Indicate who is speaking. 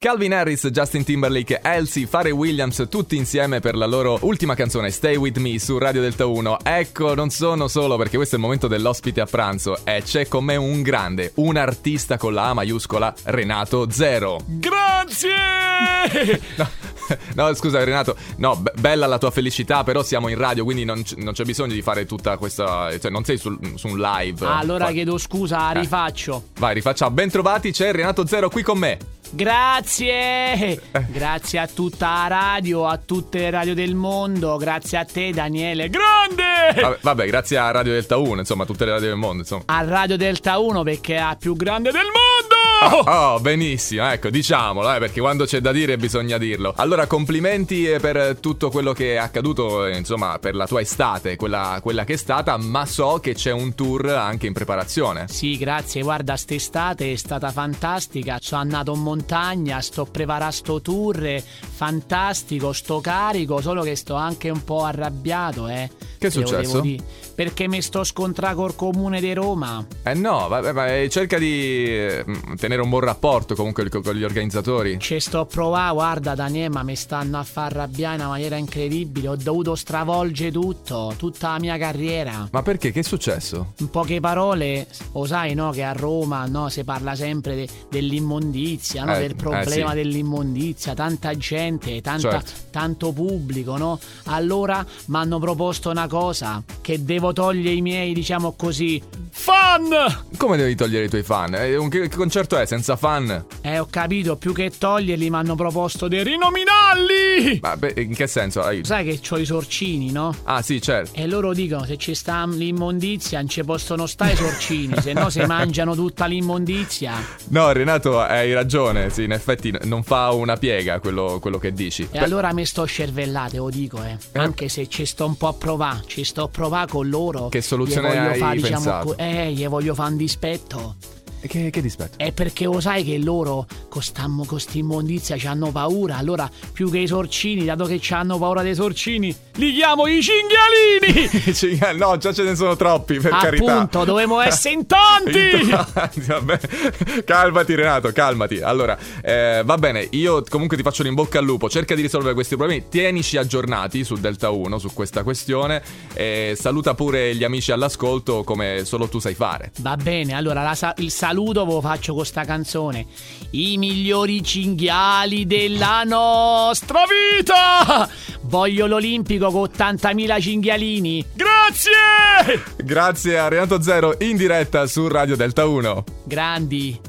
Speaker 1: Calvin Harris, Justin Timberlake, Elsie, Fare Williams, tutti insieme per la loro ultima canzone Stay With Me su Radio Delta 1. Ecco, non sono solo perché questo è il momento dell'ospite a pranzo e c'è con me un grande, un artista con la A maiuscola, Renato Zero.
Speaker 2: Grazie!
Speaker 1: No, no, scusa Renato, no, be- bella la tua felicità, però siamo in radio, quindi non, c- non c'è bisogno di fare tutta questa... cioè non sei sul- su un live.
Speaker 2: Ah, allora
Speaker 1: Fa-
Speaker 2: chiedo scusa,
Speaker 1: Eh.
Speaker 2: rifaccio.
Speaker 1: Vai, rifacciamo. Bentrovati, c'è Renato Zero qui con me. Eh.
Speaker 2: Grazie! Grazie a tutta la radio, a tutte le radio del mondo, grazie a te Daniele. Grande!
Speaker 1: Vabbè, vabbè, grazie a Radio Delta 1, insomma, a tutte le radio del mondo, insomma.
Speaker 2: A Radio Delta 1 perché è la più grande del mondo!
Speaker 1: Oh, benissimo, ecco, diciamolo, eh, perché quando c'è da dire bisogna dirlo. Allora, complimenti eh, per tutto quello che è accaduto, eh, insomma, per la tua estate, quella, quella che è stata, ma so che c'è un tour anche in preparazione.
Speaker 2: Sì, grazie, guarda, st'estate è stata fantastica, sono andato in montagna, sto preparando sto tour, è fantastico, sto carico, solo che sto anche un po' arrabbiato, eh.
Speaker 1: Che è
Speaker 2: Te lo devo
Speaker 1: successo?
Speaker 2: dire, Perché mi sto scontrando col comune di Roma.
Speaker 1: Eh no, vabbè, ma eh, cerca di eh, mh, tenere un buon rapporto comunque co- con gli organizzatori.
Speaker 2: Ci sto provando, guarda Daniele, ma mi stanno a far arrabbiare in una maniera incredibile. Ho dovuto stravolgere tutto, tutta la mia carriera.
Speaker 1: Ma perché? Che è successo?
Speaker 2: In poche parole, lo sai no, che a Roma no, si parla sempre de- dell'immondizia, no,
Speaker 1: Eh, eh,
Speaker 2: del problema
Speaker 1: sì.
Speaker 2: dell'immondizia, tanta gente, tanta-
Speaker 1: Certo.
Speaker 2: tanto pubblico. No? Allora mi hanno proposto una cosa che devo togliere i miei, diciamo così, fan!
Speaker 1: Come devi togliere i tuoi fan? Eh, un- che che concerto è senza fan?
Speaker 2: Eh, ho capito, più che toglierli mi hanno proposto di rinominarli!
Speaker 1: Ma beh, in che senso? Ai-
Speaker 2: Sai che ho i sorcini, no?
Speaker 1: Ah sì, certo.
Speaker 2: E loro dicono se ci sta l'immondizia non ci possono stare i sorcini, se no si mangiano tutta l'immondizia.
Speaker 1: No, Renato, hai ragione. Sì, in effetti n- non fa una piega quello, quello che dici.
Speaker 2: E
Speaker 1: Beh,
Speaker 2: allora mi sto cervellate, lo dico, eh. Anche se ci sto un po' a provare, ci sto a provare con loro.
Speaker 1: Che soluzione
Speaker 2: Gli voglio
Speaker 1: hai
Speaker 2: fa,
Speaker 1: pensato?
Speaker 2: co- eh, gli voglio fare un dispetto.
Speaker 1: Che, che dispetto?
Speaker 2: È perché lo sai che loro con questa immondizia ci hanno paura. Allora, più che i sorcini, dato che ci hanno paura dei sorcini, li chiamo i cinghialini!
Speaker 1: Cinghiali- no, già ce ne sono troppi, per carità.
Speaker 2: Eh. Appunto, dovevo essere in tanti!
Speaker 1: Tanti, Vabbè. Calmati Renato, calmati. Allora, eh, va bene, io comunque ti faccio bocca al lupo, cerca di risolvere questi problemi, tienici aggiornati su Delta 1, su questa questione, e saluta pure gli amici all'ascolto come solo tu sai fare.
Speaker 2: Va bene, allora la sa- il saluto ve lo faccio con sta canzone. I migliori cinghiali della nostra vita! Voglio l'Olimpico con 80.000 cinghialini. Grazie!
Speaker 1: Grazie a Renato Zero in diretta su Radio Delta 1.
Speaker 2: Grandi.